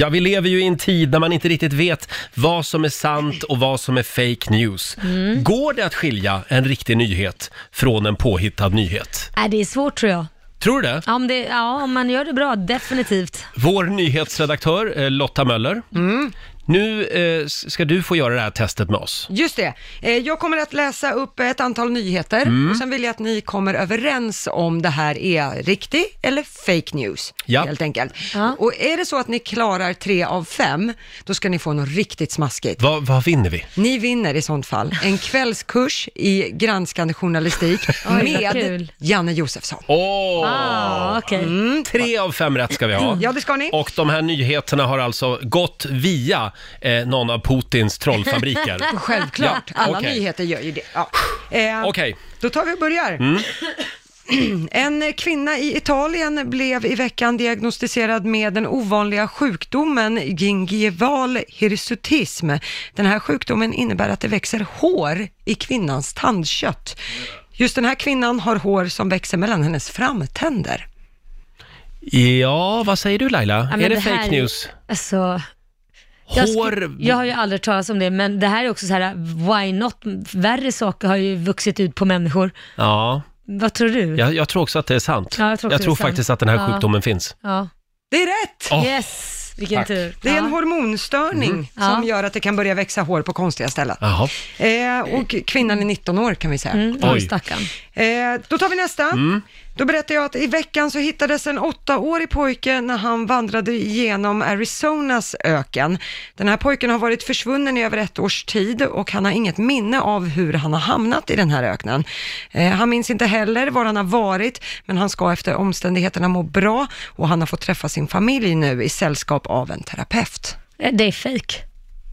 Ja, vi lever ju i en tid när man inte riktigt vet vad som är sant och vad som är fake news. Mm. Går det att skilja en riktig nyhet från en påhittad nyhet? Nej, Äh, det är svårt tror jag. Tror du det? Ja, om, det, ja, om man gör det bra, definitivt. Vår nyhetsredaktör eh, Lotta Möller. Nu eh, s- ska du få göra det här testet med oss. Just det. Eh, Jag kommer att läsa upp ett antal nyheter och sen vill jag att ni kommer överens om det här är riktig eller fake news. Ja. Helt enkelt. Ja. Och är det så att ni klarar tre av fem, då ska ni få något riktigt smaskigt. Vad, vad vinner vi? Ni vinner i sånt fall en kvällskurs i granskande journalistik vad med kul. Janne Josefsson. Åh! Mm. Ah, okej. Tre av fem rätt ska vi ha. Ja, det ska ni. Och de här nyheterna har alltså gått via eh, någon av Putins trollfabriker. Självklart, Ja, alla okej. nyheter gör ju det. Ja. Eh, Okej. Mm. Då tar vi och börjar. En kvinna i Italien blev i veckan diagnostiserad med den ovanliga sjukdomen gingival hirsutism. Den här sjukdomen innebär att det växer hår i kvinnans tandkött. Just den här kvinnan har hår som växer mellan hennes framtänder. Ja, vad säger du Laila? Ja, men är det, här- fake news? Alltså, jag, sku- Hår... jag har ju aldrig talat om det, men det här är också så här, why not? Värre saker har ju vuxit ut på människor. Ja. Vad tror du? Jag, jag tror också att det är sant. Ja, jag tror också det är sant. faktiskt att den här Ja. sjukdomen finns. Ja. Det är rätt! Åh, Yes, vilken tack. tur. Det är en ja. Mm. hormonstörning som Ja. gör att det kan börja växa hår på konstiga ställen. Jaha. Eh, och kvinnan är 19 år kan vi säga. mm, ja, Oj. stackarn. Eh, då tar vi nästa. Då berättar jag att i veckan så hittades en åttaårig pojke när han vandrade genom Arizonas öken. Den här pojken har varit försvunnen i över ett års tid och han har inget minne av hur han har hamnat i den här öknen. Eh, han minns inte heller var han har varit, men han ska efter omständigheterna må bra och han har fått träffa sin familj nu i sällskap av en terapeut. Eh, Det är fake.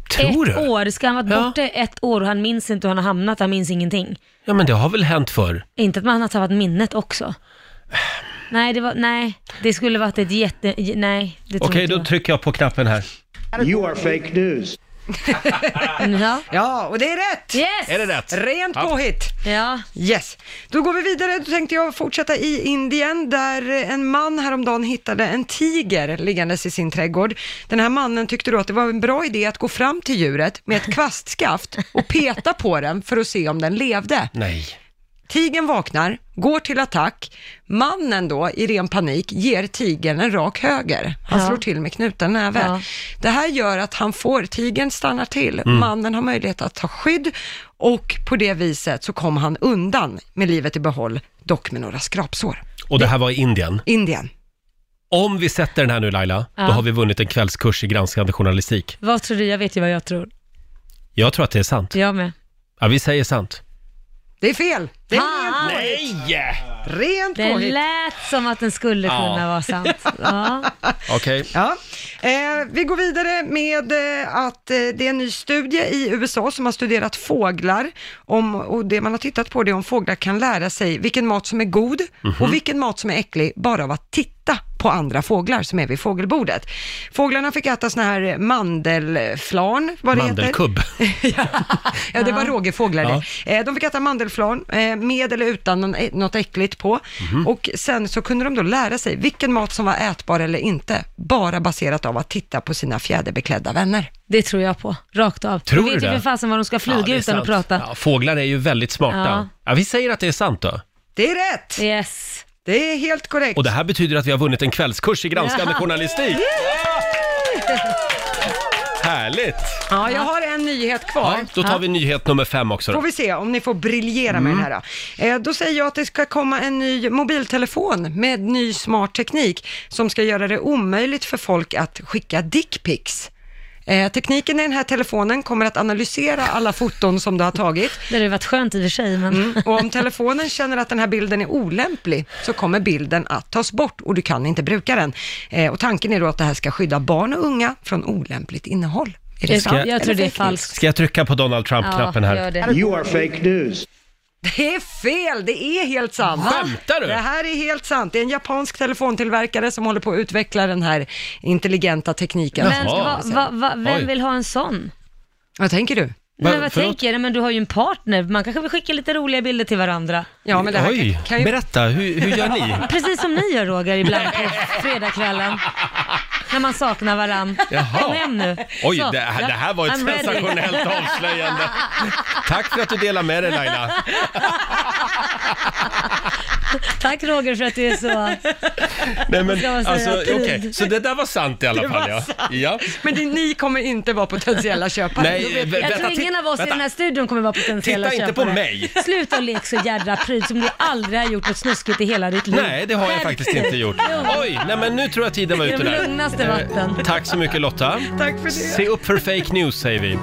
Tror ett du? år, ska han ha varit Ja. borta i ett år och han minns inte hur han har hamnat, han minns ingenting. Ja, men det har väl hänt förr? Inte att man har tappat minnet också. Nej, det var, nej, det skulle varit ett jätte, nej. det tror Okej, inte då trycker jag på knappen här. You are fake news. jag. Ja. Ja, och det är rätt! Yes! Är det rätt? Rent påhitt! Ja. Yes. Då går vi vidare. Då tänkte jag fortsätta i Indien där en man häromdagen hittade en tiger liggandes i sin trädgård. Den här mannen tyckte då att det var en bra idé att gå fram till djuret med ett kvastskaft och peta på den för att se om den levde. Nej. Tigern vaknar, går till attack. Mannen då, i ren panik, ger tigern en rak höger. Han Ja. slår till med knuten näve. Ja. Det här gör att han får, tigern stannar till, mannen har möjlighet att ta skydd och på det viset så kom han undan med livet i behåll, dock med några skrapsår. Och det här var i Indien. Indien. Om vi sätter den här nu Laila, då Ja. har vi vunnit en kvällskurs i granskande journalistik. Vad tror du? Jag vet ju vad jag tror. Jag tror att det är sant. Jag med. Ja, vi säger sant. Det är fel. Det är Ah, Nej! rent det påhitt. lät som att den skulle Ja. kunna vara sant. Ja. Okej. Ja. Eh, vi går vidare med eh, att eh, det är en ny studie i USA som har studerat fåglar om, och det man har tittat på det är om fåglar kan lära sig vilken mat som är god och vilken mat som är äcklig bara av att titta på andra fåglar som är vid fågelbordet. Fåglarna fick äta såna här mandelflarn, vad det heter. Mandelkubb. Ja, det var rågefåglar det. Ja. Eh, De fick äta mandelflarn, eh, med eller utan någon- eh, något äckligt på. Mhm. Och sen så kunde de då lära sig vilken mat som var ätbar eller inte, bara baserat av att titta på sina fjäderbeklädda vänner. Det tror jag på, rakt av. Tror de du vet ju det? för fasen vad de ska Ja, flyga det är utan att sant. prata. Ja, fåglar är ju väldigt smarta. Ja. Ja. vi säger att det är sant då. Det är rätt! Yes. Det är helt korrekt. Och det här betyder att vi har vunnit en kvällskurs i granskande Ja. journalistik. Härligt! Ja, jag har en nyhet kvar. Ja, då tar vi nyhet nummer fem också. Får Då. vi se om ni får briljera med den här. Då. Eh, då säger jag att det ska komma en ny mobiltelefon med ny smart teknik som ska göra det omöjligt för folk att skicka dickpics. Eh, tekniken i den här telefonen kommer att analysera alla foton som du har tagit Det hade ju varit skönt i och för sig, men och om telefonen känner att den här bilden är olämplig så kommer bilden att tas bort och du kan inte bruka den. Eh, och tanken är då att det här ska skydda barn och unga från olämpligt innehåll. Är det jag, sant jag tror det är eller fake news? falskt. Ska jag trycka på Donald Ja, Trump-knappen här? gör det. You are fake news. Det är fel, det är helt sant. Skämtar du? Det här är helt sant. Det är en japansk telefontillverkare som håller på att utveckla den här intelligenta tekniken. Jaha. Men va, va, va, Oj. vem vill ha en sån? Vad tänker du? Va- Men vad förlåt? tänker jag? Men du har ju en partner, man kanske vill skicka lite roliga bilder till varandra. Ja, men det här Oj, kan, kan ju... berätta, hur, hur gör ni? Precis som ni gör Roger ibland på fredagskvällen. när man saknar varandra. Jaha. Kom hem nu. Oj, Så, det, här- ja, det här var ett I'm ready. sensationellt avslöjande. Tack för att du delar med dig Laila. Tack Roger för att du är så... Nej, Vad ska man men, säga? alltså, Pryd. okej. Så det där var sant i alla Det fall var ja. sant. ja. Men det, ni kommer inte vara potentiella köpare. Nej, Då vet vä- jag. Jag vänta, tror ingen ti- av oss i vänta. den här studion kommer vara potentiella Titta inte på köpare. mig. Sluta och lek så jädra pryd som du aldrig har gjort något snuskigt i hela ditt liv. Nej, det har jag Skärp faktiskt dig. inte gjort. Oj, nej men nu tror jag tiden var Det är ute de där. lugnaste vatten. Tack så mycket Lotta. Tack för det. Se upp för fake news säger vi.